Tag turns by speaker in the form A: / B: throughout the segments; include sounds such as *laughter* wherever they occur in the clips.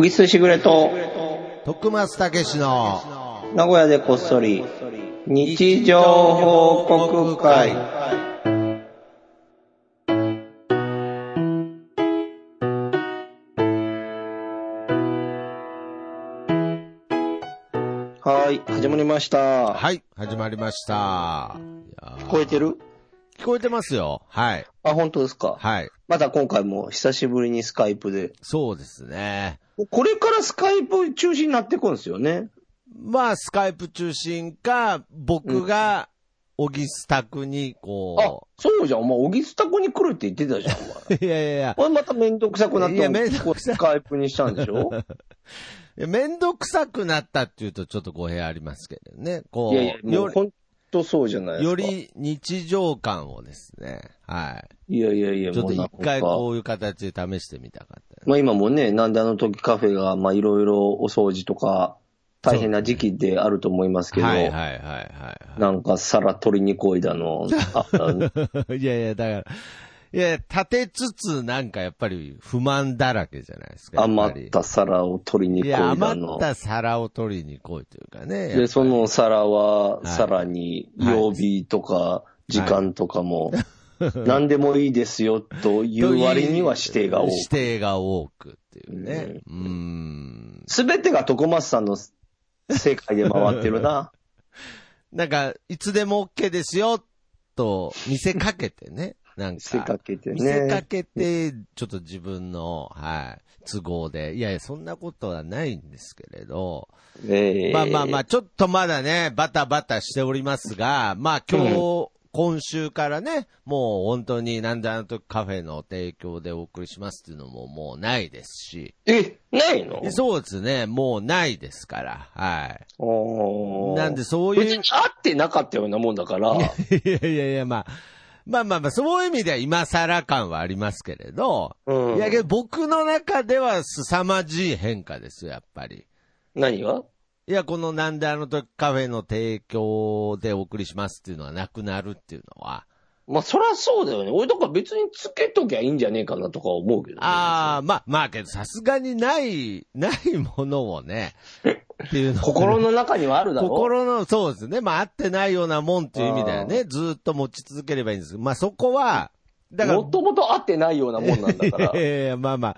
A: ぎすしぐれと、
B: 徳松たけしの
A: 名古屋でこっそり、日常報告会。はい、始まりました。
B: はい、始まりました。
A: 聞こえてる
B: 聞こえてますよ。はい。
A: あ、本当ですか。
B: はい。
A: また今回も久しぶりにスカイプで。
B: そうですね。
A: これからスカイプ中心になってくんですよね。
B: まあ、スカイプ中心か、僕が、小木スタクに、
A: あ
B: こ、
A: そうじゃん。お前、小木スタコに来るって言ってたじゃん、お前。
B: う、いやいやいや
A: これまためんどくさくなって、
B: いやめんどくさい
A: スカイプにしたんでし
B: *laughs*
A: ょ
B: いや、めんどくさくなったっていうとちょっと語弊ありますけどね。こ
A: いやいや、
B: う、
A: もう
B: よ
A: 本当そうじゃないで
B: り、
A: すか。
B: より日常感をですね、はい
A: やいやいや、
B: い。ちょっ
A: もう
B: と一
A: なん
B: 回
A: か
B: こういう形で試してみたかった。
A: まあ今もね、なんであの時カフェが、まあいろいろお掃除とか、大変な時期であると思いますけど、
B: はいはいはいはいはい。
A: なんか皿取りにこいだの、あ
B: い *laughs* やいや、だから、いや、立てつつ、なんかやっぱり不満だらけじゃないですか。やぱり
A: 余った皿を取りに
B: い
A: こい
B: や、
A: だ
B: 余っ
A: の。
B: た皿を取りに来いというかね。やっぱ
A: で、
B: り
A: そ、の皿は、
B: い
A: さらに、
B: はい
A: 曜日とか、時間とかも、何でもいいですよ、という割には指定が多い。
B: 指定が多くっていうね。うーん。
A: すべてが徳松さんの世界で回ってる
B: *laughs*
A: な。
B: なんか、いつでも OK ですよ、と見せかけてね。なんか。
A: 見せかけてね。
B: 見せかけて、ちょっと自分の、はい、都合で。いやいや、そんなことはないんですけれど。
A: ええ
B: まあまあまあ、ちょっとまだね、バタバタしておりますが、まあ今日、今週からね、もう本当になんであの時カフェの提供でお送りしますっていうのももうないですし、
A: え、ないの
B: そうですね、もうないですから、はい。
A: おー
B: なんでそう
A: 別
B: い
A: に
B: う、
A: 会ってなかったようなもんだ
B: *laughs*
A: から、
B: いやいやいや、まあ、まあまあまあ、そういう意味では今更感はありますけれど、
A: うん
B: いやけど僕の中では凄まじい変化ですよ、やっぱり。
A: 何が
B: いや、このなんであの時カフェの提供でお送りしますっていうのはなくなるっていうのは、
A: まあそらそうだよね。俺だから別につけときゃいいんじゃねえかなとか思うけど、ね。
B: ああ、まあ、まあけどさすがにない、 *laughs* ないものをね、っていうのは
A: 心の中にはあるだろ
B: 心の、そうですね。まあ、合ってないようなもんっていう意味だよね。ずーっと持ち続ければいいんですけど、まあそこは、だから、
A: もともと会ってないようなもんなんだから
B: *laughs* い。やいや、まあまあ、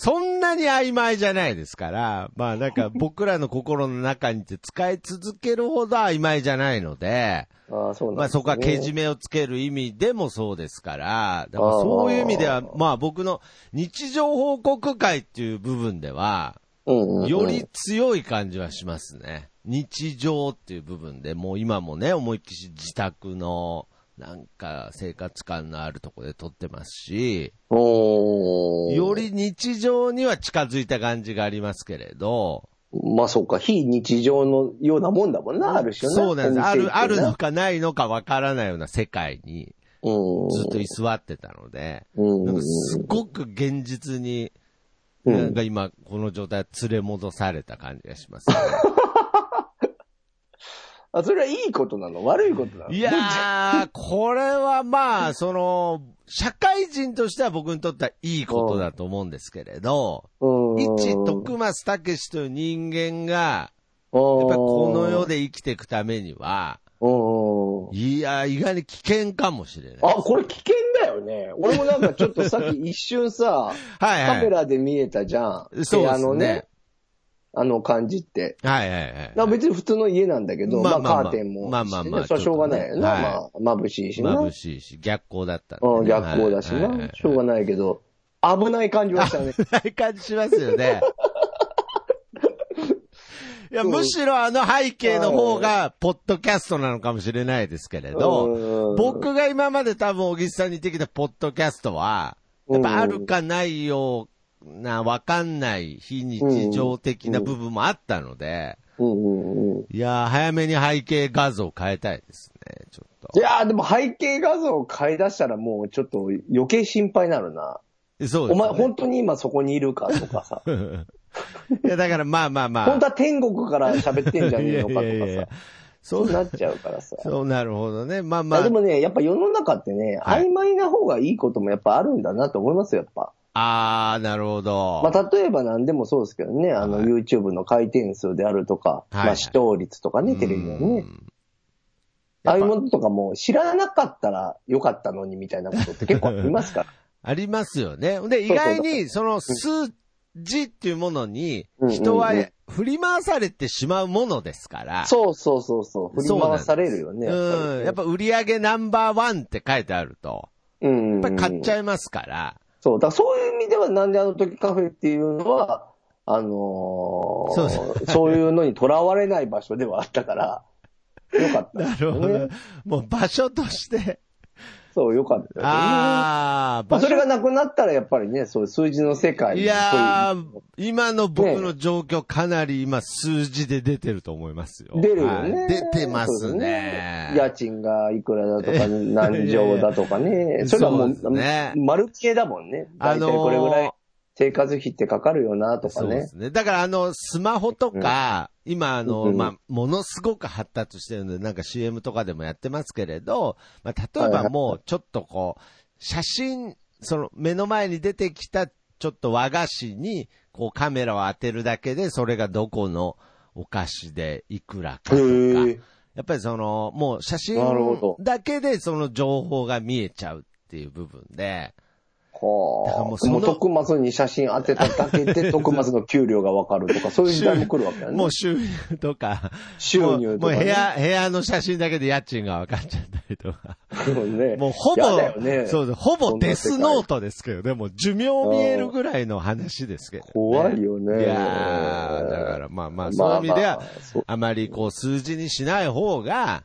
B: そんなに曖昧じゃないですから、まあなんか僕らの心の中にって使い続けるほど曖昧じゃないので、
A: ああ、そうなん
B: まあそこはけじ
A: め。
B: めをつける意味でもそうですから、だからそういう意味で
A: あ
B: は、
A: ー
B: まあ僕の日常報告会っていう部分では、
A: うんうんうん
B: より強い感じはしますね。日常っていう部分で、もう今もね、思いっきり自宅の、なんか生活感のあるとこで撮ってますし、
A: おー
B: より日常には近づいた感じがありますけれど、
A: まあそうか、非日常のようなもんだもんな、ある種ね。
B: そうなんです。ある、あるの
A: の。
B: かないのかわからないような世界に
A: うん。
B: ずっと居座ってたので、
A: うん
B: なんかすごく現実に、
A: うん
B: なんか今この状態連れ戻された感じが
A: *laughs*
B: しますね。
A: あ、それはいいことなの悪いことなの
B: いやー、これはまあ、その、社会人としては僕にとってはいいことだと思うんですけれど、
A: うん。
B: 一徳松武史という人間が、や
A: や
B: っぱりこの世で生きていくためには、いやー、意外に危険かもしれない。
A: あ、これ危険だよね。俺もなんかちょっとさっき一瞬さ、
B: *laughs* はいはい
A: カメラで見えたじゃん。
B: そう
A: 部
B: で
A: 屋
B: す
A: の
B: ね
A: ね。。あの感じって。
B: はいはいはい。
A: なんか別に普通の家なんだけど、ま
B: まあ
A: あ
B: まあまあ
A: カーテンもしてね。
B: まあまあまあ
A: それはしょうがないよな。
B: ちょ
A: まあ、眩しいしな。
B: 眩しいし、逆光だったんでね
A: うん、逆光だし
B: はいはいは
A: な。
B: い
A: しょうがないけど、危ない感じはしたね。
B: ない感じします
A: *laughs*
B: よね。いや、
A: そう
B: むしろあの背景の方が、ポッドキャストなのかもしれないですけれど
A: う、ん
B: 僕が今まで多分、小木さんに言ってきたポッドキャストは、やっぱあるかないような、わかんない非日常的な部分もあったので、
A: *laughs* うんうんうん。
B: いやー、早めに背景画像変えたいですね、ちょっと
A: い。やーでも背景画像を買い出したらもうちょっと余計心配になるな。
B: そう
A: お
B: です、
A: 前
B: ね。
A: 本当に今そこにいるかとか
B: *laughs*
A: さ。
B: いや、だからまあまあまあ。
A: 本当は天国から喋ってんじゃねえのかとかさ。
B: いやいやいやそ
A: そうう
B: な、
A: なっちゃうからさ。
B: そうなるほどね。まあ
A: ま
B: ま
A: あ
B: あ
A: で。もね、やっぱ世の中ってね、
B: はい
A: 曖昧な方がいいこともやっぱあるんだなと思いますよ、やっぱ。
B: あー、なるほど。
A: まあ、例えば何でもそうですけどね、あの、
B: はい
A: YouTube の回転数であるとか、
B: はい
A: まあ、視聴率とかね、テレビの
B: う
A: ね。あ
B: んやっぱ
A: あいうものとかも知らなかったらよかったのにみたいなことって結構ありますから。
B: ありますよね。で、意
A: そうそう
B: 外に、その数字っていうものに
A: う、ん
B: 人は
A: うんうん
B: 振り回されてしまうものですから。
A: そうそうそうそう。振り回されるよね。
B: うん。やっ
A: ぱ
B: ぱ売り上げナンバーワンって書いてあると、
A: りね、うんうんう
B: や
A: ん
B: っぱり買っちゃいますから。
A: そう。だからそういう意味では、なんであの時カフェっていうのは、あのー
B: そう
A: そ
B: そう
A: いうのにとらわれない場所ではあったから、よか
B: *laughs*
A: った、
B: なるほど。。もう場所と
A: *laughs*
B: して。
A: そう、よかったですよね。
B: ああ、
A: ま
B: 場
A: あ、
B: 所
A: それがなくなったら、やっぱりね、そういう数字の世界
B: いやー、今の僕の状況かなり今数字で出てると思いますよ。
A: そういう出るよ
B: は
A: ね。
B: い出てます
A: そう
B: ね
A: です。家賃がいくらだとか、
B: *laughs*
A: 何畳だとかね。それがも
B: そうです
A: う、
B: ね
A: 丸系だもんね。
B: あ
A: 大体
B: のー
A: これぐらい生活費ってかかるよな、とか
B: そうで
A: ね。
B: すね。だからあの、スマホとか、今あの、
A: うん
B: まあ、ものすごく発達してるので、なんか CM とかでもやってますけれど、まあ、例え
A: はいは
B: ば
A: い
B: もうちょっとこう、写真、その目の前に出てきたちょっと和菓子に、こうカメラを当てるだけで、それがどこのお菓子でいくらかとか、
A: へえ
B: やっぱりその、もう写真
A: なるほど
B: だけでその情報が見えちゃうっていう部分で、
A: は
B: だか
A: あ。
B: ら
A: も
B: も
A: う
B: うその
A: 徳松に写真当てただけ
B: *laughs*
A: で、徳松の給料がわかるとか、そういう時代も来るわけだね。
B: もう収入とか、
A: 収入とか、
B: もう
A: ね。
B: もう部屋、部屋の写真だけで家賃が分かっちゃったり
A: *laughs*
B: とか。
A: もうね。
B: もうほ
A: やだよ
B: ぼ、
A: ね。
B: そうです。ほぼデスノートですけどね。もう寿命見えるぐらいの話ですけど、ね。
A: 怖いよね。
B: いやーだからまあまあ、そういう意味で
A: ま
B: は
A: あまあそう、
B: あまりこう数字にしない方が、
A: まあ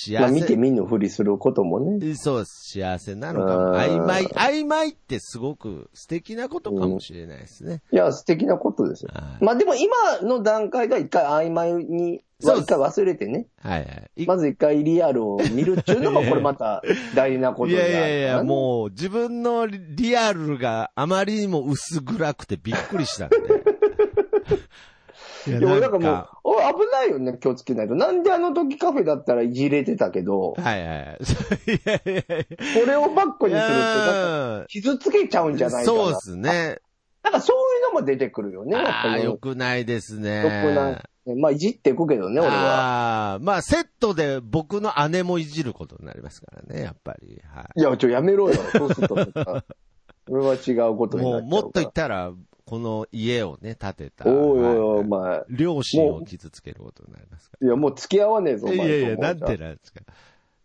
B: 幸
A: 見て
B: せ、
A: 見ぬふりすることもね。
B: そう、幸せなのかも。
A: うん
B: 曖昧、曖昧ってすごく素敵なことかもしれないですね。
A: いや、素敵なことですよ
B: は。い
A: まあでも今の段階では一回曖昧に、
B: そうです
A: 一回忘れてね。
B: はいはい。
A: まず一回リアルを見るっていうのも、これまた大事なこと
B: い
A: にな
B: や
A: る
B: い
A: からね
B: やいや、もう自分のリアルがあまりにも薄暗くてびっくりしたんで。い
A: *laughs*
B: や
A: いや、俺なん
B: な
A: ん
B: か
A: かもう、おい危ないよね、気をつけないと。なんであの時カフェだったらいじれてたけ
B: *laughs*
A: ど、こ
B: はいはい。いやいやい
A: れをバックにするって、なんか
B: や。
A: 傷つけちゃうんじゃないかな。
B: そうですね。
A: なんかそういうのも出てくるよね、やっ
B: あ
A: ぱ
B: あ、
A: り。
B: 良くないですね。
A: 良くない。まあ、いじっていくけどね、俺は。
B: ああ、まあ、セットで僕の姉もいじることになりますからね、やっぱり。はい
A: や、ちょ、やめろよ。そうすると思った
B: *laughs*
A: ら。それは違うこ
B: い。
A: とに
B: も
A: なっちゃ
B: う、もっ
A: う
B: と
A: から。
B: 言ったら、この家をね、建てた。
A: おいおいおい、
B: はい
A: お前。
B: 両親を傷つけることになりますから。
A: いや、もう付き合わねえぞ、お前。
B: いやいや、なんて
A: い
B: なんですか。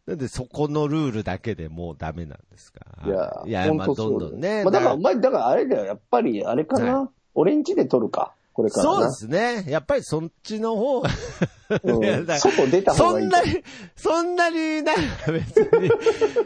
B: なんでそこのルールだけでもうダメなんですか。
A: や、
B: いや、まあ
A: 本当そ
B: どん
A: うだ
B: ど
A: よ
B: んね。
A: まあ、だから、お
B: だ
A: 前、だからあれだよ、やっぱり、あれかな。オレンジで撮るか。これから
B: そう
A: な。
B: ですね。やっぱりそっちの方が、 *laughs* いや
A: う
B: だ
A: ん
B: から
A: 外出た方
B: そ
A: がいい
B: ん
A: よ。
B: なに、そんなに、なんか別に、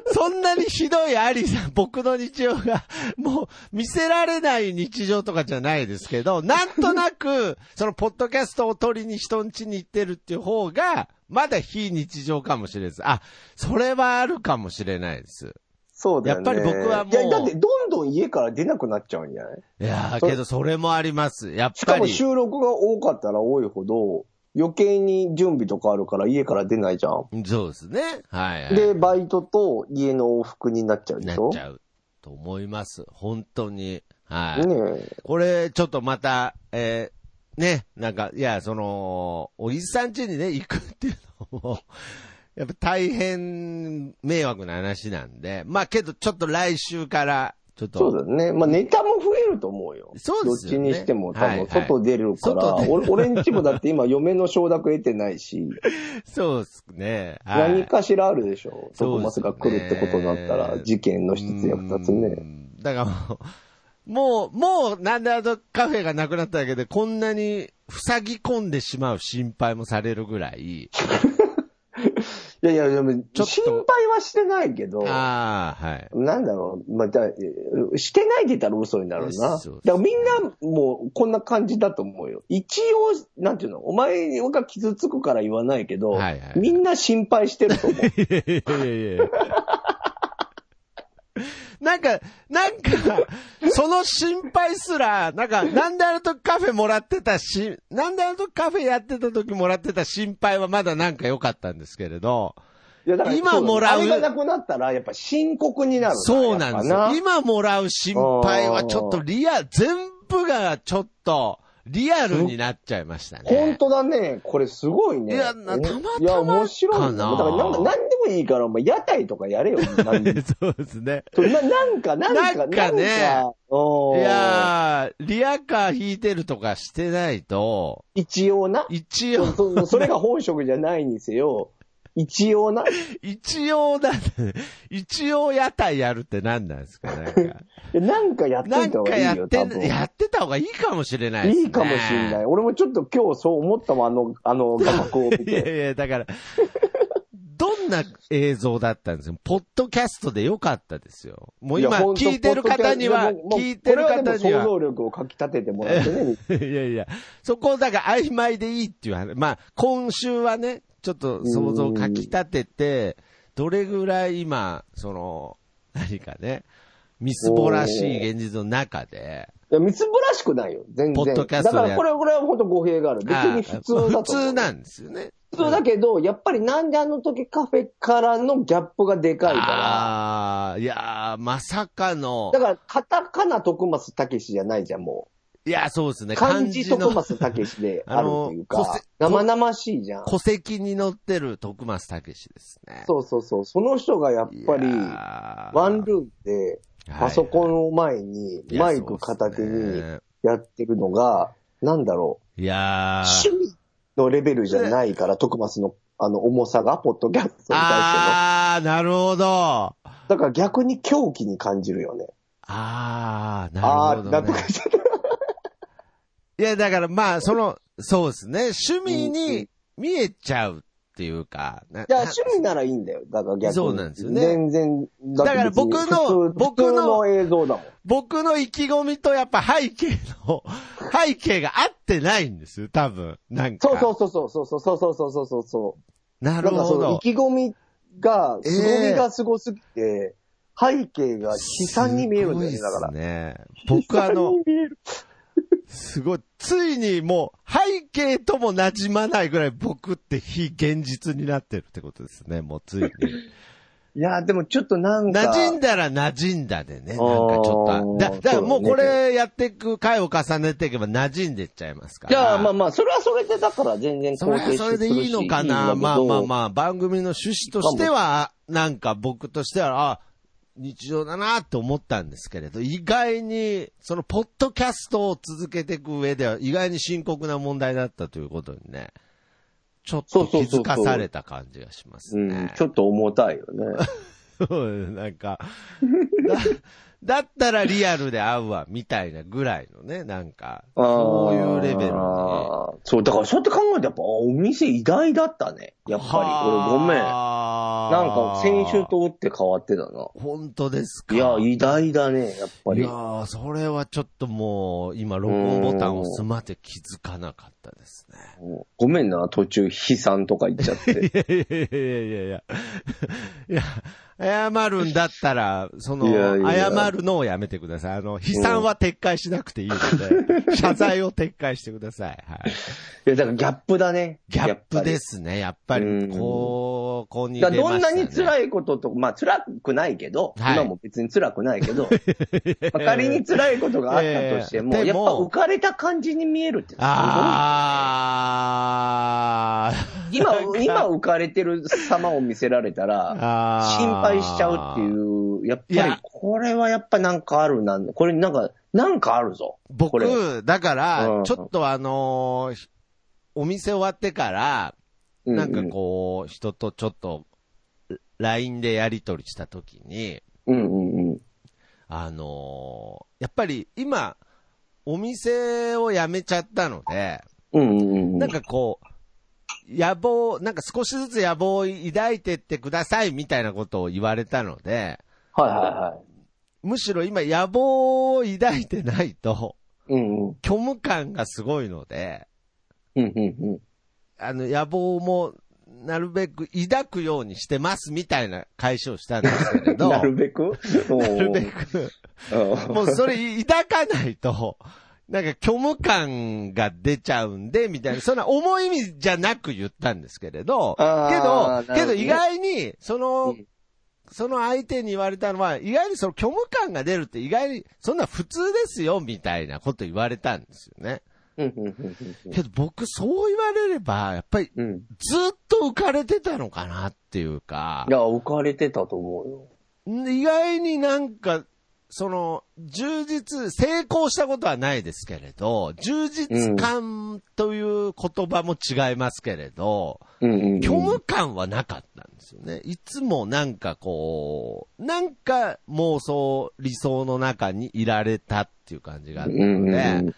B: *laughs* そんなにひどいありさん、僕の日常が、もう見せられない日常とかじゃないですけど、なんと
A: *laughs*
B: なく、そのポッドキャストを取りに人ん家に行ってるっていう方が、まだ非日常かもしれないです。あ、それはあるかもしれないです。
A: そうだよね。
B: やっぱり僕はもう
A: いや、だって、どんどん家から出なくなっちゃうんじゃない
B: いやー、
A: それ
B: けどそれもあります。やっ
A: しか
B: ぱ
A: も
B: り。
A: 収録が多かったら多いほど、余計に準備とかあるから家から出ないじゃん。
B: そうですね。はい、はい。
A: で、バイトと家の往復になっちゃうで
B: な
A: し
B: っ
A: ょ
B: ちゃうと思います。本当に。はい。
A: ねえ。
B: これ、ちょっとまた、えーね、なんか、いや、その、おじさん家にね、行くっていうのも、 *laughs* やっぱ大変迷惑な話なんで、まあけど、ちょっと来週から、ちょっと。
A: そうだね。まあネタも増えると思うよ。
B: そうですよね
A: どっちにしても多
B: はいは
A: 分
B: い
A: 外出るから、
B: 外出る
A: お *laughs* 俺んちもだって今嫁の承諾得てないし、
B: そうですね。はい
A: 何かしらあるでしょ。
B: そう
A: 徳
B: です
A: 松
B: ね
A: が来るってことになったら、事件の一つや二つ
B: う
A: ね。
B: んだからもう、もう、もう、なんであのカフェがなくなっただけで、こんなに塞ぎ込んでしまう心配もされるぐらい。
A: いやいや、でも
B: と
A: 心配はしてないけど、
B: ああ、はい。
A: なんだろう、まあ、だしてないって言ったら嘘になるな。だ
B: そう
A: からみんなもうこんな感じだと思うよ。一応、なんていうの、お前が傷つくから言わないけど、
B: はいはい
A: みんな心配してると
B: *laughs*
A: 思う。
B: いやいやいやいや。なんか、なんか、その心配すら、なんか、なんであの時カフェもらってたし、なんであの時カフェやってた時もらってた心配はまだなんか良かったんですけれど、
A: いやだから
B: 今
A: そう
B: もらう
A: あれがなくなったら、やっぱ深刻になる
B: そうなんです
A: やっぱ
B: よ。今もらう心配はちょっとリア、全部がちょっとリアルになっちゃいましたね。
A: 本当だね。これすごいね。
B: いやな
A: お
B: たまたま
A: いや、面白いね
B: かな
A: だからなんか、なんでもいいから、お前、屋台とかやれよ。なん
B: *laughs* そうですね。
A: ななん
B: *laughs*
A: か、なんか、
B: なんかね
A: なんかお
B: い
A: ー
B: やー、リアカー引いてるとかしてないと、
A: 一応な。
B: 一応、
A: そそそれが本職じゃないにせよ、一応な。
B: 一応だって、一応屋台やるって何なんですか
A: *laughs*
B: なんか。
A: いやなんかやっ
B: な
A: て
B: ん
A: た方
B: か
A: がい
B: や
A: いよ、
B: っ
A: 多分
B: て、。やってた方がいいかもしれないですね。
A: いいかもしんない。
B: い。
A: 俺もちょっと今日そう思ったもん、あの、あ
B: *laughs*
A: の画角を見
B: いや
A: て。
B: いや、だから、 *laughs* どんな映像だったんですかポッドキャストでよかったですよ。もう
A: い
B: 今、
A: やほんと
B: 聞いてる方には、
A: ポッドキ
B: 聞
A: ャ
B: い
A: スト
B: て
A: も
B: る
A: うもうこ
B: 方
A: れ
B: に
A: はでも想
B: は、
A: 像力をかき立ててもらってね。
B: *laughs* いやいや、そこをだから曖昧でいいっていう話。まあ、今週はね、ちょっと想像をかき立てて、どれぐらい今、その、何かね、みすぼらしい現実の中で、
A: いや、みつぼらしくないよ、全然。
B: ポッドキャストで
A: だからこれ、これは本当語弊がある。別に普通だと思
B: あ
A: う。
B: 普通なんですよね。
A: 普通だけど、やっぱりなんであの時カフェからのギャップがでかいか
B: ああ、いやー、まさかの
A: ら。だ、から、カタカナ徳松たけしじゃないじゃん、も
B: いや、そうです
A: う。
B: ね、
A: 漢
B: 漢
A: 字
B: 字
A: 徳
B: の、
A: 松たけしであるという
B: あ
A: か
B: の個性、
A: 生々しいじゃん。
B: 戸籍に載ってる徳松武史ですね。
A: そうそうそう。その人がやっぱり、ワンルームで、パソコンを前に、マイク片手にやってるのが、なんだろ
B: いや
A: う、
B: ー。
A: 趣味のレベルじゃないから、徳松の、あの、重さが、ポッドキャストに対しての。
B: あー、なるほど。
A: だから逆に狂気に感じるよね。
B: あー、
A: あ
B: な
A: あ
B: る
A: ー、
B: ほ
A: なんと
B: ど、ね
A: か。しちゃった。
B: いや、だからまあ、その、そうですね。趣味に見えちゃうっていうか。ない
A: や、趣味ならいいんだよ。だから逆に。
B: そうなんですよね
A: 全然、だって
B: だから僕の
A: 別に普通
B: 僕の
A: 普通の映像だもん。
B: 僕の意気込みとやっぱ *laughs* 背景の、背景が合ってないんですよ、多分。なんか。
A: そうそうそうそうそうそうそうそうそうそう。
B: な
A: だ
B: る
A: からそ
B: ほ
A: の
B: ど
A: 意。気込みが、凄みが凄すぎて、背景が悲惨に見えるんだよね、だから
B: すごいっす。ね。僕あの
A: 悲惨、に見える
B: すごい、ついにもう背景とも馴染まないぐらい僕って非現実になってるってことですね、もうついに。
A: いや、でもちょっとなんか、
B: 馴染んだら馴染んだでね、なんかち
A: あ
B: ょっと。
A: ー
B: だ、だからもう
A: そ
B: こ
A: うね
B: れやっていく回を重ねていけば馴染んでっちゃいますから。
A: じゃあまあまあ、それはそれでだから全然肯
B: それは
A: 定して
B: それでいいのかなまあまあまあ、番組の趣旨としては、なんか僕としては、あ、日常だなと思ったんですけれど、意外に、その、ポッドキャストを続けていく上では、意外に深刻な問題だったということにね、ちょっと気づかされた感じがします
A: う
B: ね
A: ん、。ちょっと重たいよね。
B: そうなんか、だ、だったらリアルで会うわ、みたいなぐらいのね、なんか、
A: あー
B: そういうレベルに。
A: そう、だからそうやって考えてやっぱ、お店偉大だったね。やっぱり。俺ごめん。なんか先週と打って変わってたな。
B: 本当ですか。
A: いや、偉大だね、やっぱ
B: い
A: り。
B: やーそれはちょっともう、今、録音ボタンを押すまで気づかなかったですね。
A: ごめんな、途中、悲惨とか言っちゃ
B: *laughs*
A: って。
B: いやいやいやいやいやいや。いや、謝るんだったら、その、
A: いやいや
B: 謝るのをやめてください。あの、悲惨は撤回しなくていいので、謝罪を撤回してください。はい。
A: いや、だからギャップだね。。
B: ギャップですすね、やっぱ
A: う
B: り。
A: ん
B: こう、こうに
A: だからどんな
B: 出
A: に
B: ましたね
A: 辛いことと、まあ辛くないけど、
B: はい
A: 今も別に辛くないけ
B: *laughs*
A: ど、まあ仮に辛いことがあったとしても、
B: いやい
A: や
B: や
A: っ
B: でも
A: ぱ浮かれた感じに見えるってすごい
B: あー。
A: 今、今浮かれてる様を見せられた
B: *laughs*
A: ら、
B: あー
A: 心配しちゃうっていう、やっ
B: い
A: ぱり
B: や、
A: これはやっぱなんかあるな、これなんか、なんかあるぞ。これ
B: 僕、だから、
A: うん
B: ちょっとあのーひお店終わってから、
A: う
B: なんかこう、人とちょっと、LINE でやり取りしたときに、
A: うん。うんうんうん。
B: あのーやっぱり今、お店を辞めちゃったので、
A: うんうんうん。
B: なん、かこう、野望、なんか少しずつ野望を抱いてってくださいみたいなことを言われたので、
A: はいは
B: むしろ今野望を抱いてないと、
A: いはい。うんうん。
B: 虚無感がすごいので、
A: うんうんうん。
B: あの、野望も、なるべく抱くようにしてますみたいな解消したんですけれど、
A: *laughs* な
B: *laughs* な
A: る
B: る
A: べくな
B: べく、
A: *laughs* うん
B: もうそれ抱かないと、なんか虚無感が出ちゃうんで、みたいな、そんな重い意味じゃなく言ったんですけれど、
A: あー
B: けど、け
A: なるほ
B: ど
A: どね
B: 意外に、その、
A: うん
B: その相手に言われたのは、意外にその虚無感が出るって意外に、そんな普通ですよ、みたいなこと言われたんですよね。
A: うんうんうんうん
B: けど僕、そう言われれば、やっぱり
A: うんうん。
B: ずっと浮かれてたのかなっていうか
A: い、や、浮かれてたと思うよ。
B: 意外になんか、その、充実、成功したことはないですけれど、充実感という言葉も違いますけれど、
A: うんうんうん。
B: 虚無感はなかったんですよね。いつもなんかこう、なんか妄想、理想の中にいられたっていう感じがあった
A: うん
B: の
A: うん
B: で、
A: うん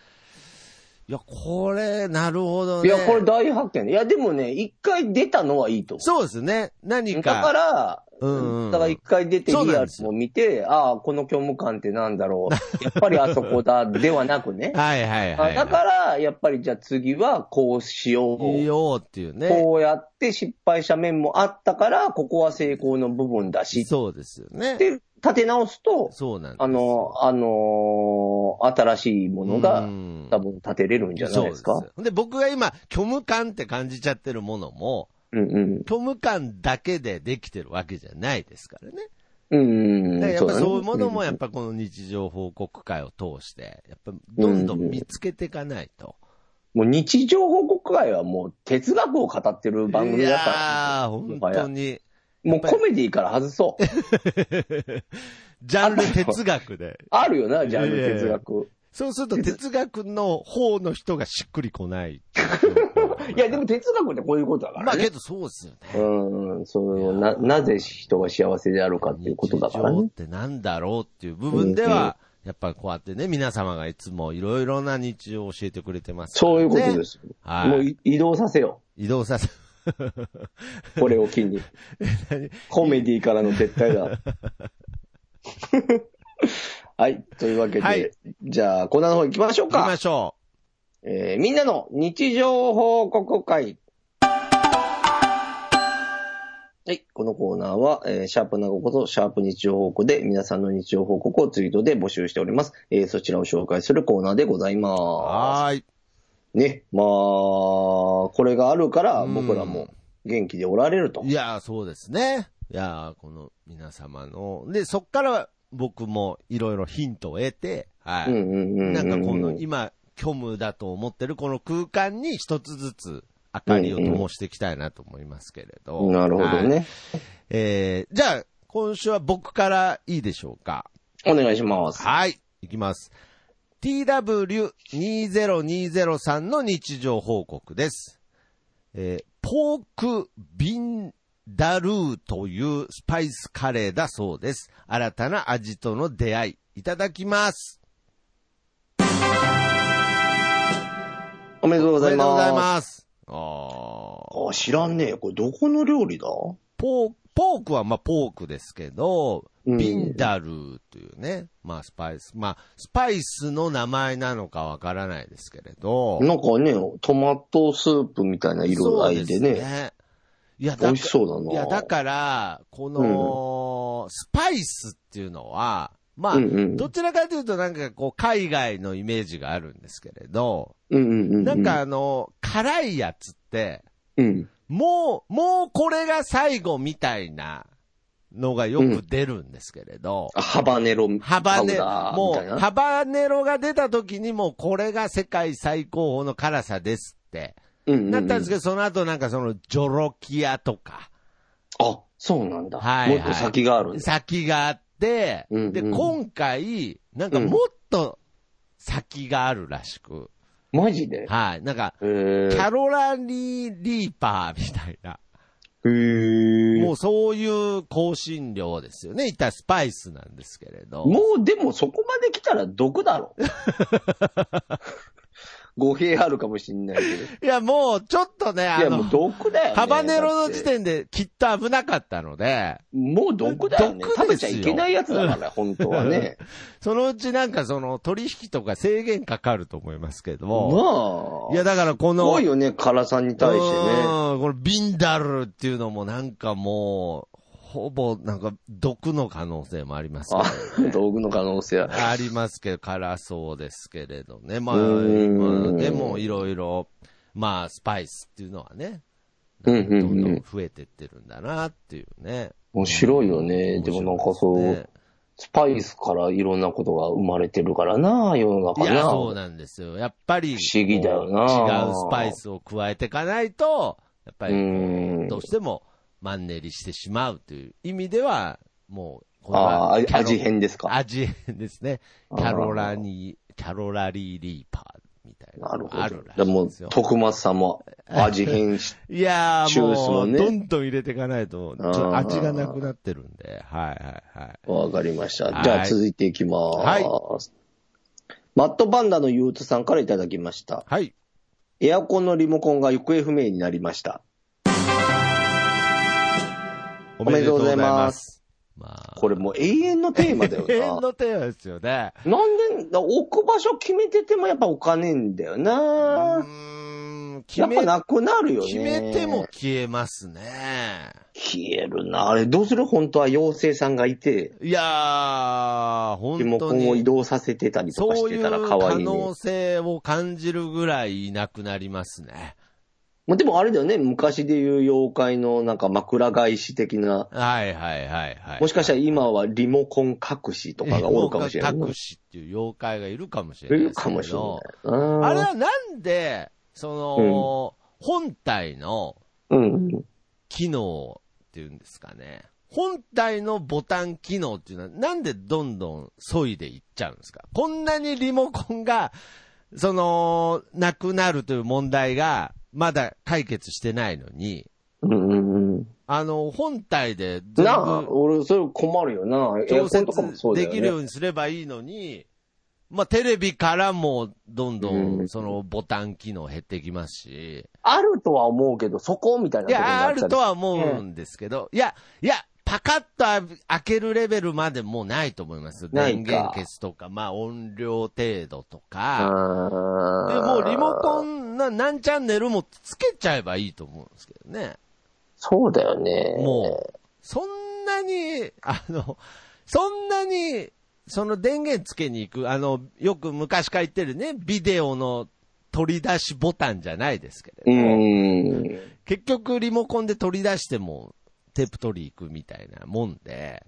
B: いや、これ、なるほど
A: い
B: ね。
A: や、これ大発見。いや、でもね、一回出たのはいいと思
B: そうですね。何
A: う。
B: か。
A: だから、
B: うんうん
A: だから一回出てリ
B: そうな
A: ア
B: ん
A: ル
B: です
A: も
B: よ
A: 見て、ああ、この虚無感ってなんだろう。やっぱりあそこ
B: *laughs*
A: だ、ではなくね。
B: はいはいはい、はい。
A: あだから、やっぱりじゃあ次はこうしよう。
B: いいようっていうね。
A: こうやって失敗した面もあったから、ここは成功の部分だし。
B: そうですよね。
A: で、立て直すと、
B: そうなんです。
A: あの、あの新しいものが
B: うん
A: 多分立てれるんじゃないですか
B: そう。よで、僕が今、虚無感って感じちゃってるものも、
A: うんうん。
B: 虚無感だけでできてるわけじゃないですからね。
A: うんうん。
B: だからやっぱそういうものも、
A: だ
B: やっ
A: ね
B: ぱこの日常報告会を通して、やっぱどんどん見つけていかないと。
A: もう日常報告会はもう哲学を語ってる番組
B: い
A: だ
B: や
A: から。
B: ー、本当に。
A: もうコメディから外 *laughs* そう。
B: ジャンル哲学で。
A: あるよな、ジャンル哲学。
B: そうすると哲学の方の人がしっくり
A: *laughs*
B: こないっていう
A: いや、でも哲学ってこういうことだか
B: ま
A: ら
B: あ
A: ね
B: け。どそうですよね。
A: うん、それをな、なぜ人が幸せであるかっていうことだから
B: 日常
A: ね
B: っ。てなんだろうっていう部分では、やっぱりこうやってね、皆様がいつもいろいろな日常を教えてくれてますから
A: そう
B: ね、。
A: いうことですす。
B: はい
A: もうい移動させよ
B: 移動させ、
A: う。これを機 *laughs* に。コメディからの撤退だ。 *laughs* はい。というわけで、
B: はい
A: じゃあ、コーナーの方行きましょう
B: 行き
A: か
B: ま。しょ。
A: えーみんなの日常報告会。はい。このコーナーは、えーシャープなごこと、シャープ日常報告で、皆さんの日常報告をツイートで募集しております。えーそちらを紹介するコーナーでございうま
B: はーい。
A: す。ね。まあ、これがあるから、僕らも元気でおられると。
B: いやー、そうですね。いやー、この皆様の、で、そっから僕もいろいろヒントを得て、はい。
A: うんうんうんうんうん
B: なんかこの今、虚無だと思ってるこの空間に一つずつ明かりを灯していきたいなと思いますけれど。
A: なるほど
B: はい
A: ね。
B: えー、じゃあ、今週は僕からいいでしょうか。
A: お願いします。
B: はい、いきます。TW2020 さんの日常報告です。えーポークビンダルーというスパイスカレーだそうです。新たな味との出会い、いただきます。
A: おめでとうご
B: おめ
A: ざい
B: でとうござい
A: ま
B: ます。あ
A: す。
B: ー
A: あ、知らんねえ。これどこの料理だ
B: ポーポークはまあポークですけど、
A: うん
B: ビンダルーというね、まあスパイス、まあスパイスの名前なのかわからないですけれど、
A: なんかね、トマトスープみたいな色合いで
B: そう
A: ね。
B: すね。いや、
A: 美
B: だ
A: 味しそうだな。
B: いやだから、この、スパイスっていうのは、まあ、
A: うんうん
B: どちらかというとなんかこう、海外のイメージがあるんですけれど、
A: うんうんうん。
B: なんか、あの、辛いやつって、
A: うん。
B: もう、もうこれが最後みたいなのがよく出るんですけれど、
A: あハバネロ
B: ハ
A: パ
B: バ
A: ウ
B: ネ
A: ダ
B: ロ、
A: ーみ
B: も、
A: たいうな。
B: ハバネロが出た時にもうこれが世界最高峰の辛さですって、な
A: な
B: ったんで
A: け
B: すけど、その後なんかその、ジョロキアとか、
A: ど。あ、そうなんだ。
B: はい
A: もう一個先があるんだ。
B: 先があって、
A: うんうん
B: で、今回、なんかもっと先があるらしく、
A: マジで
B: はい、なんか、
A: へ
B: キ
A: ぇ
B: ャロラリーリーパーみたいな、
A: ー。
B: もうそういう香辛料ですよね。いったスパイスなんですけれど。
A: もうでもそこまで来たら毒だ
B: *laughs*
A: ろ。語弊あるかもしんないけど。
B: いや、もうちょっとね、あ
A: いや、もう
B: の、
A: 毒だよ、ね。
B: ハバネロの時
A: だって
B: 点できっと危なかったので、
A: もう毒だよね。
B: 毒ですよ
A: 食べちゃいけないやつだから、本当はね。
B: そのうちなんかその取引とか制限かかると思いますけど
A: ま
B: も。
A: あ。
B: いや、だからこ
A: す
B: の、
A: ごいよね、辛さに対してね。
B: うんこのビンダルっていうのもなんかもう、ほぼなんか毒の可能性もあります
A: あ、道具の可能性は。
B: ありますけど、辛そうですけれどね。まあ、
A: うーん
B: まあでもいろいろ、まあ、スパイスっていうのはね、
A: う
B: ど
A: んうんうん
B: んどん増えてってるんだなっていうね。
A: 面白いよね。でもなんかそう、
B: 面白いですね
A: スパイスからいろんなことが生まれてるからな、世の中
B: い
A: な。
B: や、そうなんですよ。やっぱり、
A: 不思議だよな
B: こう違うスパイスを加えていかないと、やっぱりこう
A: うん
B: どうしてもマンネリしてしまうという意味では、もう、これ
A: あ
B: は
A: あ
B: キャロ
A: 味変ですか
B: 味変ですね。キャロラニー、キャロラリーリーパーみたいな
A: なる
B: の
A: ほ
B: が
A: ど。
B: あるら
A: で
B: しい
A: も
B: んですよ。
A: 徳松さんも味変し、
B: いやー、
A: チュース
B: も
A: も
B: う、
A: ね
B: どんどん入れていかないと、ちょっと
A: あー
B: 味がなくなってるんで、はいはいはい。
A: わかりまし
B: は
A: た。
B: い
A: じゃあ続いていきます。
B: はい
A: マットパンダの憂鬱さんからいただきました。
B: はい。
A: エアコンのリモコンが行方不明になりました。
B: お。
A: めでとうございます
B: まあ、
A: これもう永遠のテーマだ
B: 永 *laughs* 遠
A: よな。
B: のテーマですよね。
A: なんで、置く場所決めててもやっぱ置かねえんだよ
B: う
A: な。
B: ーん、決
A: やっ
B: め
A: ぱなくなるよね。
B: 決めても消えますね。
A: 消えるな。あれ、どうする本当は妖精さんがいて、
B: いやー、
A: リ
B: 本
A: モ
B: 当
A: コンを移
B: に。
A: 動させてたりとかし
B: そうい
A: て
B: う
A: たら可
B: 可
A: 愛いね。
B: 能性を感じるぐらいいなくなりますね。
A: まあ、でもあれだよね、昔で言う妖怪のなんか枕返し的な、
B: はいはいはいはい。
A: もしかしたら
B: ら
A: 今はリモコン隠しとかがおるかもしれない。
B: タクシっていう妖怪がいるかもしれ
A: い
B: ない
A: る
B: です
A: か
B: けど。
A: もしれないな。
B: あれはなんで、その、本体の
A: うん。
B: 機能っていうんですかね。本体のボタン機能っていうのは、なんでどんどん削いでいっちゃうんですかこんなにリモコンが、その、なくなるという問題が、まだ解決してないのに、
A: うんうんうん。
B: あの、本体で全
A: なあ、
B: 部
A: 俺、それ困るよな。エア
B: 調
A: コンとかもそう
B: 節
A: だ
B: で
A: よ、ね。
B: きるようにすればいいのに、まあ、テレビからも、どんど、
A: うんん
B: その、ボタン機能減ってきますし、
A: あるとは思うけど、そこみたいないとこになっち
B: や、
A: ゃ
B: あ
A: う
B: るとは思うんですけど、いや、いや、パカッと開けるレベルまでもうないと思います。
A: ないか
B: 電源消すとか、まあ音量程度とか。で
A: あー
B: もうリモコンな何チャンネルもつけちゃえばいいと思うんですけどね。
A: そうだよね。
B: もう、そんなに、あの、そんなに、その電源つけに行く、あの、よく昔から言ってるね、ビデオの取り出しボタンじゃないですけれど。
A: うん。
B: 結局リモコンで取り出してもテープ取り行くみたいなもんで、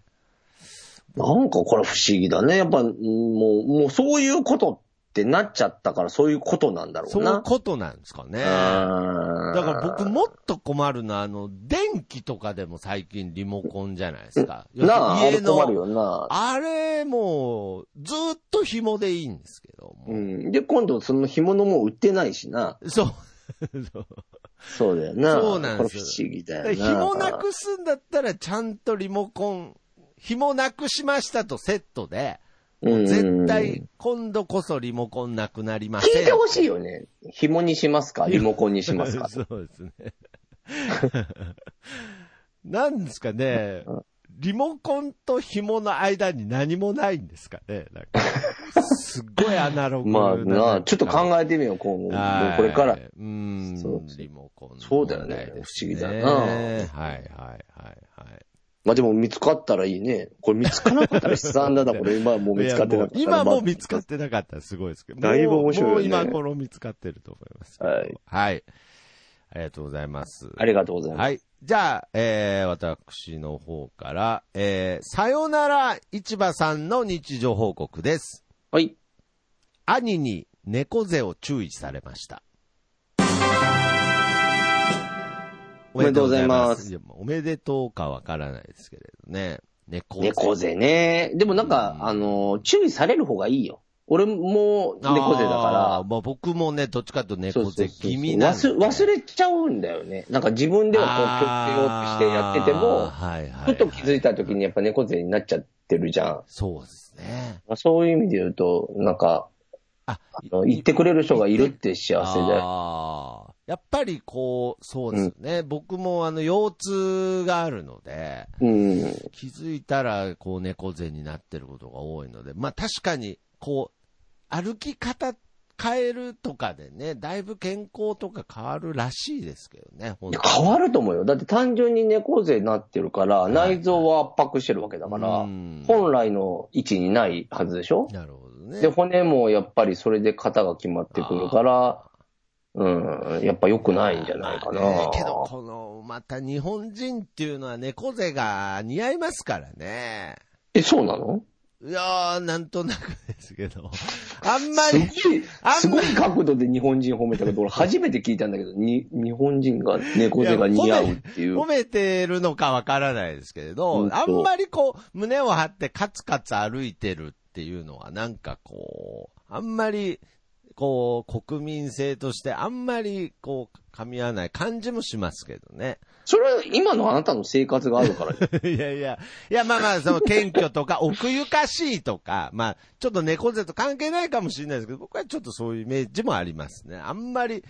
A: なんかこれ不思議だね。やっぱ、うんもう、もうそういうことってなっちゃったから、そういうことなんだろう
B: そう
A: な。
B: いうことなんですかね。だ
A: あー
B: から僕もっと困るのは、あの、電気とかでも最近リモコンじゃないですか。要する
A: なあ、あ
B: に
A: れ困るよな。
B: あれもう、ずっと紐でいいんですけど
A: う
B: も。
A: ん。で、今度その干物も売ってないしな。
B: そう。そう
A: そうだよな。
B: そうなんですよ
A: これ不思議だ
B: だ
A: よ
B: から
A: な。
B: 紐なくすんだったら、ちゃんとリモコン、紐なくしましたとセットで、
A: うん、
B: 絶対今度こそリモコンなくなりません。
A: 聞いてほしいよね。紐にしますかリモコンにしますか
B: *laughs* そうですね。なんですかね、リモコンと紐の間に何もないんですかねなんか、すっごいアナロ
A: *laughs*
B: グ
A: まあ
B: な
A: なあ、ちょっと考えてみよう、今
B: は
A: 後。
B: い
A: これから。
B: うん
A: そう、そう
B: リモコンの問題です。
A: そうだよね不思議だな
B: はいはいはいはい。
A: まあでも見つかったらいいね。これ見つかなかったら悲惨
B: *laughs*
A: だな、これ。今はもう見つかってなかったら
B: いやもう今もう見つかってなかったらすごいですけど。
A: だいぶ面白いよね
B: もうもう今頃見つかってると思いますけど。
A: はい。
B: はい。ありがとうございます。
A: ありがとうございます。
B: はい。じゃあ、えー、私の方から、えー、さよなら市場さんの日常報告です。
A: はい。
B: 兄に猫背を注意されました。
A: おめでとうございます
B: いやおめでとうかわからないですけれどね。猫背。
A: 猫背ね。でもなんか、
B: うん
A: あの、注意される方がいいよ。俺も猫背だ
B: あー
A: か
B: まあ僕もね、どっちかというと
A: ら。そう
B: 猫
A: そう
B: 背
A: そう
B: 気味なんで
A: 忘忘れちゃうんだよね。なんか自分ではこう気をつけようとしてやってても
B: あ、ーはいはいはい
A: ふと気づいた時にやっぱ猫背になっちゃってるじゃん。
B: そうですね。
A: まあそういう意味で言うと、なんか、
B: あ
A: あの言ってくれる人がいるって幸せだよ。
B: ああ。やっぱりこう、そうですよね。僕もあの、腰痛があるので、
A: うん。
B: 気づいたら、こう、猫背になってることが多いので、まあ確かに、こう、歩き方変えるとかでね、だいぶ健康とか変わるらしいですけどね、本
A: いや
B: 当
A: 変わると思うよ。だって単純に猫背になってるから、
B: い
A: 内臓は圧迫してるわけだから
B: うん、
A: 本来の位置にないはずでしょ
B: なるほどね。
A: で、骨もやっぱりそれで型が決まってくるから、うん、やっぱ良くないんじゃないかな。
B: まあねけど、この、また日本人っていうのは猫背が似合いますからね。
A: え、そうなの
B: いやー、なんとなくです
A: *laughs*
B: けど。あんますり、
A: ごい
B: あんま、り
A: すごい角度で日本人褒めたけど、俺初めて聞いたんだけど、に、日本人が猫背が似合うっていう
B: 褒。めてるのかわからないですけれ
A: う
B: ど
A: ん、と
B: あんまりこう、胸を張ってカツカツ歩いてるっていうのはなんかこう、あんまり、こう、国民性としてあんまりこう、噛み合わない感じもしますけどね。
A: それは今のあなたの生活があるからじゃん
B: *laughs* いやいや、いやまあまあ、その謙虚
A: *laughs*
B: とか奥ゆかしいとか、まあ、ちょっと猫背と関係ないかもしれないですけど、僕はちょっとそういうイメージもありますね。あんまり、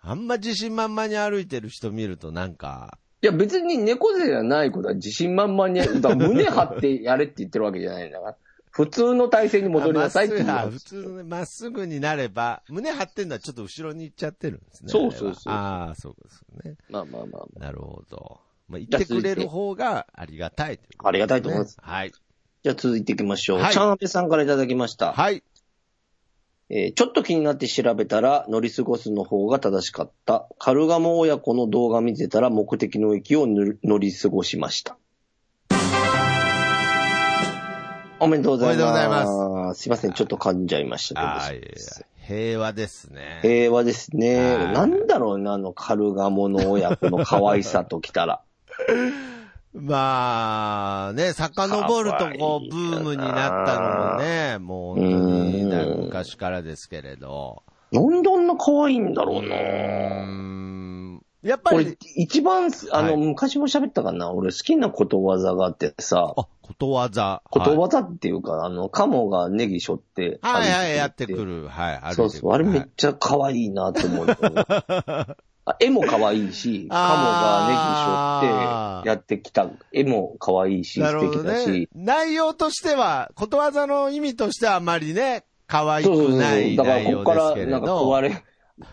B: あんま自信満々に歩いてる人見るとなんか、
A: いや別に猫背じゃないことは自信満々にやる。だから胸張ってやれって言ってるわけじゃないんだ
B: *laughs*
A: から。普通の体勢に戻りなさいっていうの
B: あま
A: は
B: っすぐあ普通のね、まっすぐになれば、胸張ってんのはちょっと後ろに行っちゃってるんですね。
A: そうそうそう
B: あれはああ、そうですよね。
A: まあまあまあま
B: なるほど。まあ、言ってくれる方がありがたいという
A: あ。ありがたいと思い
B: ね
A: ます。。
B: はい。
A: じゃあ続いていきましょう。
B: はい
A: チャンアベさんからいただきました。
B: はい。
A: えーちょっと気になって調べたら、乗り過ごすの方が正しかった。カルガモ親子の動画見てたら、目的の駅をぬ乗り過ごしました。おめでとうございます。
B: おめでとうご
A: す。いません、ちょっと噛んじゃいました。
B: ああ、
A: どう
B: い
A: で
B: やい
A: しょう
B: や平和ですね。
A: 平和ですね。
B: はい
A: なんだろうな、あの、カルガモの親子の可愛さときた
B: *laughs*
A: ら。
B: まあ、ね、遡るとこう、ブームになったのもね、もう本当にだいぶ昔からですけれど。
A: なんであんな可愛いんだろう
B: うー
A: な。
B: ん。やっぱ
A: 俺
B: り、、
A: 一番、あの、
B: はい
A: 昔も喋ったかな。俺好きなことわざがあってさ、
B: あ、ことわざ。
A: ことわざっていうか、あの、カモがネギ背負って歩
B: はい
A: てくる
B: いはいはい、やってくる。はい、ある
A: そうそう。あれめっちゃ可愛いなと思う。
B: *laughs*
A: あ絵も可愛いし、
B: あ
A: カ
B: ー
A: モがネギ背負ってやってきた絵も可愛いし、
B: な
A: 素
B: るほ
A: 敵
B: ど
A: だ
B: ね
A: し。。
B: 内容としては、ことわざの意味としてはあまりね、可愛
A: そうそう
B: く
A: そう
B: な
A: そう。
B: い
A: だから
B: 内
A: こ
B: 容
A: っ
B: で
A: か
B: す
A: ら
B: け
A: な
B: れ
A: んか食わ
B: ど。
A: れ、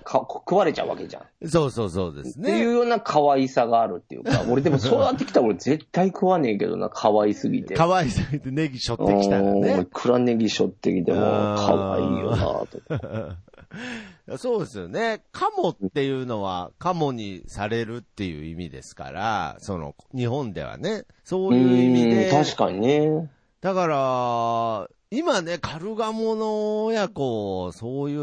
A: か食われちゃうわけじゃん。
B: そうそうそうです
A: っていう
B: ね。
A: ような可愛さがあるっていうか、俺でもそうなってきたら俺絶対食わねえけどな、可愛すぎて。
B: 可愛すぎてネギ背負ってきたら
A: うん
B: ね。
A: 黒ネギ背負ってきても可愛いよなと。
B: そうですよね。カモっていうのは、カモにされるっていう意味ですから、その、日本ではね、そういう意味で。
A: うん確かにね。
B: だから、今ね、カルガモの親子を、そうい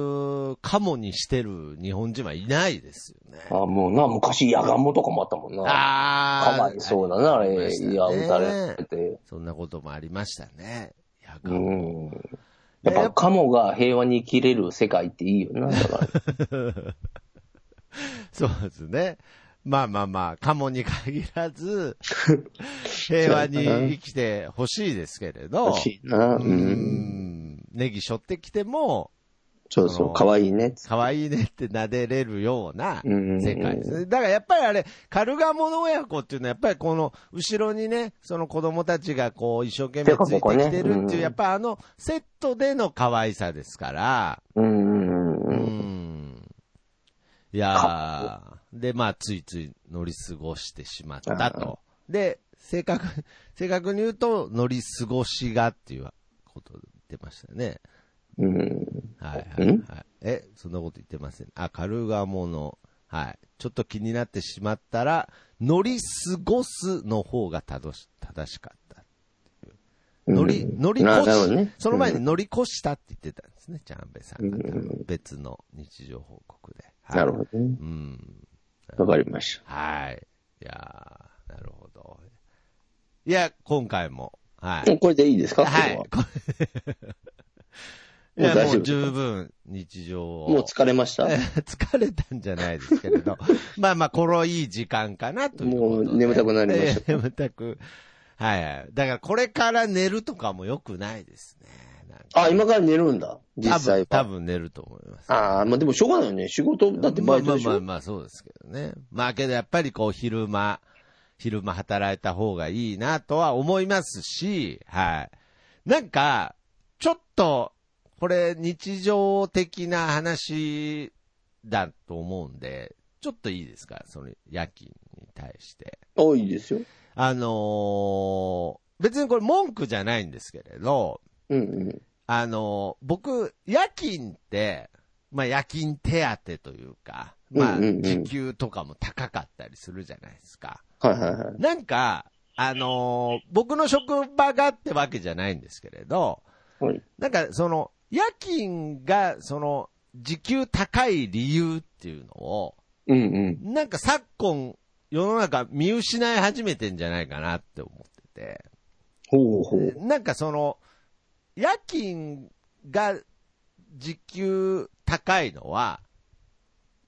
B: うカモにしてる日本人はいないですよね。
A: あもうな、昔ヤガモとかもあったもんな。
B: あ
A: か
B: ー
A: わいそうだな、あれ。いや、撃たれて。
B: そんなこともありましたね。いや、
A: う
B: ガモ
A: ん。やっぱ、カモが平和に生きれる世界っていいよな、だから。
B: そうですね。まあまあまあ、カモに限
A: *laughs*
B: らず、平和に生きてほしいですけれど、
A: 欲しいな。う。
B: うんんネギ背負ってきても、
A: そうそう、かわいいね。
B: 可愛いねって撫でれるような
A: うん
B: 世界ですね。だからやっぱりあれ、カルガモの親子っていうのはやっぱりこの後ろにね、その子供たちがこう一生懸命ついてきてるっていう、やっぱあのセットでの可愛さですから、
A: うんうん
B: う
A: うん。
B: んいやー、で、まあ、ついつい乗り過ごしてしまったと。で、正確、正確に言うと、乗り過ごしがっていうこと言ってましたね。
A: うん。
B: はいはい、はい。え、そんなこと言ってません。あ、カルガモの、はい。ちょっと気になってしまったら、乗り過ごすの方が正し、正しかった。乗り、乗り越
A: ななるほ
B: し、
A: どね
B: その前に乗り越したって言ってたんですね、ジャンベさんが。多分別の日常報告で。はい
A: なるほどね。
B: うん。
A: わかりました。
B: はい。いやーなるほど。いや、今回も、は
A: も
B: い。
A: うこれでいいですか
B: はい。
A: 今
B: こ *laughs*
A: 日
B: いや、
A: はもう大
B: も
A: 丈
B: う
A: 夫です
B: 十分日常を。
A: もう疲れました
B: *laughs* 疲れたんじゃないですけれ
A: *laughs*
B: ど。まあまあ、このいい時間かなということで。
A: もう眠たくなりました
B: えー *laughs* 眠たく。はいはい。だから、これから寝るとかも良くないですね。なんか
A: あ、今から寝るんだ。
B: 多
A: 実際
B: 分、多
A: は。
B: 分寝ると思います。
A: ああ、まあでもしょうがないよね。仕事だってバイトでしょ
B: まあまあまあまあ、そうですけどね。まあけどやっぱりこう昼間、昼間働いた方がいいなとは思いますし、はい。なんか、ちょっと、これ日常的な話だと思うんで、ちょっといいですかその夜勤に対して。
C: 多いですよ。
B: あのー別にこれ文句じゃないんですけれど、
C: うんうん。
B: あの、僕、夜勤って、まあ、夜勤手当というか、まあ、
C: うんうんうん
B: 時給とかも高かったりするじゃないですか。
C: はいはいはい。
B: なんか、あのー僕の職場がってわけじゃないんですけれど、
C: はい
B: なんか、その、夜勤が、その、時給高い理由っていうのを、
C: うんうん。
B: なんか昨今、世の中見失い始めてんじゃないかなって思ってて。
C: ほうほう。
B: なんかその、夜勤が時給高いのは、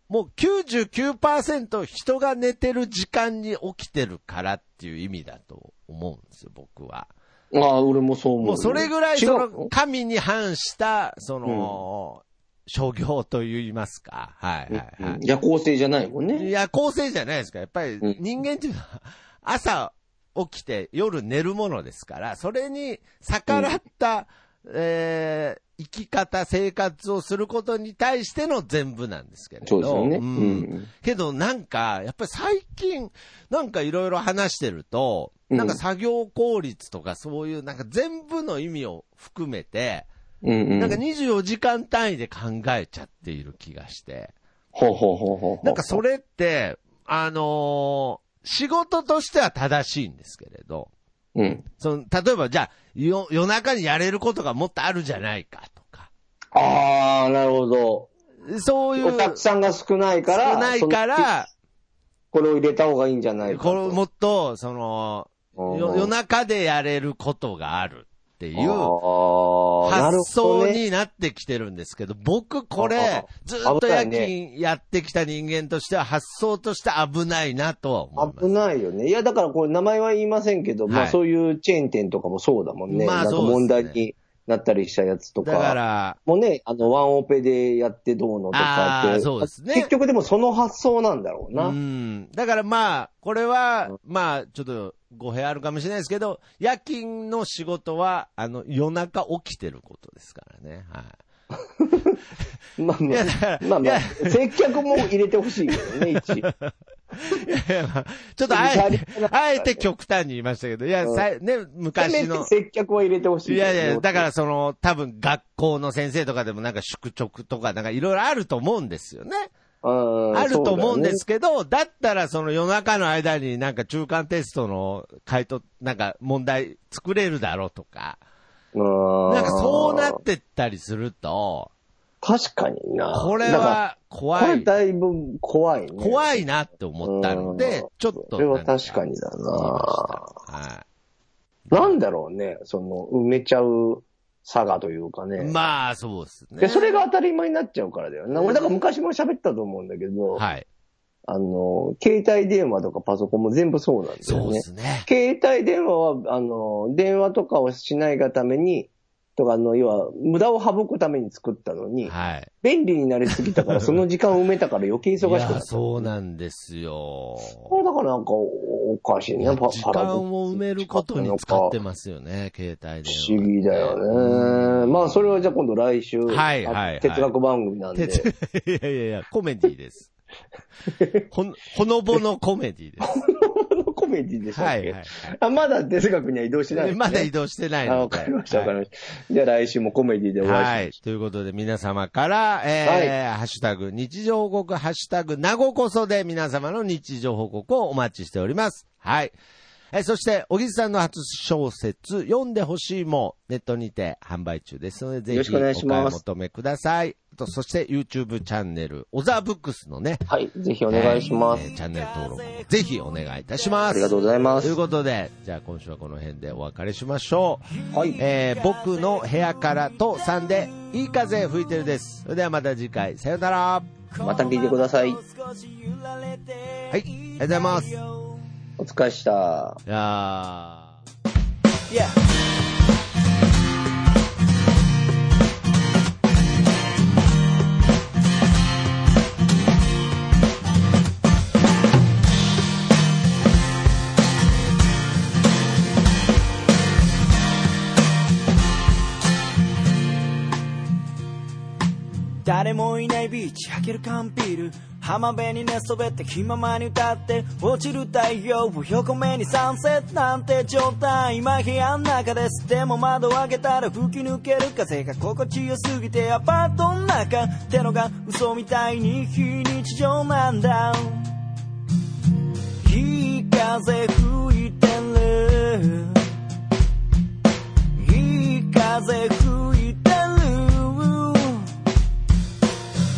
B: もう99%人が寝てる時間に起きてるからっていう意味だと思うんですよ、僕は。
C: ああ、俺もそう思う。
B: もうそれぐらい
C: 違
B: そうの神に反した、その、諸行と言いますか。はいはいはい。
C: 夜行性じゃないもん
B: い
C: ね。
B: や、構成じゃないですか。やっぱり
C: うん
B: 人間っていうのは、 *laughs* 朝起きて夜寝るものですから、それに逆らった、えー生き方、生活をすることに対しての全部なんですけれど。
C: そうですよね。うんん。
B: けどなんか、やっぱり最近、なんかいろいろ話してると、
C: うん
B: なんか作業効率とかそういう、なんか全部の意味を含めて、
C: うんうん。
B: なんか24時間単位で考えちゃっている気がして。
C: ほうほうほうほうほう。
B: なんかそれって、あのー仕事としては正しいんですけれど、
C: うん。
B: その、例えばじゃあ、よ夜中にやれることがもっとあるじゃないかとか、
C: ああ、なるほど。
B: そういう、
C: お客さんが少ないから、
B: 少ない
C: そ
B: か
C: の、
B: ら、
C: これを入れた方がいいんじゃないか
B: これ
C: と。
B: もっと、その、よ夜中でやれることがあるっていう
C: ああなる
B: 発
C: ほど
B: 想
C: ね
B: になってきてるんですけど、僕こ
C: あ
B: れ
C: あ、
B: ずっと
C: 危
B: 夜
C: ない
B: 勤やってきた人間としては発想として危ないなとは思います
A: 危。ないよね。いや、だからこれ名前は言いませんけど、ま
B: は
A: あ
B: い
A: そういうチェーン店とかもそうだもんね。
B: まあ
A: なんか
B: そう
A: 問
B: ですね
A: 題になったりしたやつとか。
B: だから、
A: もうね、あの、ワンオペでやってどうのとかって
B: あーそうですね
A: 結局でもその発想なんだろうな。
B: うん。だからまあ、これは、まあ、ちょっと語弊あるかもしれないですけど、夜勤の仕事は、あの、夜中起きてることですからね。は
A: まあ
B: い。いや、だから、
A: まあ、まあまあ
B: いや、
A: 接客も入れてほしいけどね、
B: *laughs*
A: 一。
B: いやまあちょっとあえ
A: いや
B: て、あえて極端に言いましたけど、いや、
A: うん
B: さいね、
A: せ
B: 昔
A: めて *laughs*
B: の。
A: 接客は入れてほしい
B: い
A: けど。
B: やいや、だからその、多分学校の先生とかでもなんか宿直とかなんかいろいろあると思うんですよね。
A: うん、
B: あると思うんです
A: そ
B: けど、だったらその夜中の間になんか中間テストの回答、なんか問題作れるだろうとか、
A: うだよね。
B: なんかそうな
A: うん
B: ってったりすると、
A: 確かにな。
B: これ
A: だから、
B: は怖
A: これ
B: い、
A: だいぶ怖いね。
B: 怖いなって思ったので
A: うん、
B: ちょっと。
A: それは確かにだ
B: 言い
A: な。
B: ましたは
A: なんだろうね、その、埋めちゃう差がというかね。
B: い。まあ、そうですね。
A: で、それが当たり前になっちゃうからだよな。俺、だから昔も喋ったと思うんだけど、
B: はい。
A: あの、携帯電話とかパソコンも全部そうなんだ
B: そ
A: よ
B: うで
A: ね。
B: すね。
A: 携帯電話は、あの、電話とかをしないがために、とか、あの、要は、無駄を省くために作ったのに、
B: はい。
A: 便利になりすぎたから、その時間を埋めたから余計忙しく
B: い
A: なった
B: や、。そうなんですよ。
A: これだからなんかお、おかしい
B: い
A: ね。
B: や
A: パ
B: 時
A: パラ
B: 間
A: ボ
B: を埋めることに使ってますよね、携帯で。
A: 不思議だよね。まあ、それはじゃあ今度来週。
B: はいはいはい
A: 哲学番組なんで。
B: 哲いやいやいや、コメディ
A: *laughs*
B: です。ほん、ほのぼのコメディです。
A: コメディでしたっけ、
B: はいはい。
A: あ、まだ哲学には移動してない、
B: まだ移動してないの
A: あ
B: で。
A: わかりました、わ
B: はい
A: かりました。じゃあ来週もコメディでお
B: は
A: 会いし
B: い。ということで、皆様から、えーハッシュタグ、日常報告、ハッシュタグ、なごこそで、皆様の日常報告をお待ちしております。はい。えーそして、小木さんの初小説、読んでほしいも、ネットにて販売中ですので、ぜ
C: よろし
B: ひ
C: く
B: お
C: お願
B: 買い
C: いします
B: 求めください。とそして、YouTube チャンネル、小沢ブックスのね、
A: ましょう。はい、ぜひお願いします。
B: えーチャンネル登録もぜひお願いいたします。
C: ありがとうございま
B: という
C: す。
B: ことで、じゃあ今週はこの辺でお別れしましょう。
C: はい
B: えー僕の部屋からと3で、いい風吹いてるです。それではまた次回、さよなら。は
C: また聞いてください。
B: い、ありがとうございます。い
C: お疲れっした。
B: やー。
D: 「誰もいないビーチ開ける缶ビール浜辺に寝そべって気ままに歌って落ちる太陽を横目にサンセットなんて状態今部屋の中ですでも窓を開けたら吹き抜ける風が心地よすぎてアパートの中ってのが嘘みたいに非日常なんだいい風吹いてるいい風吹いてる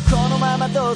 D: このままと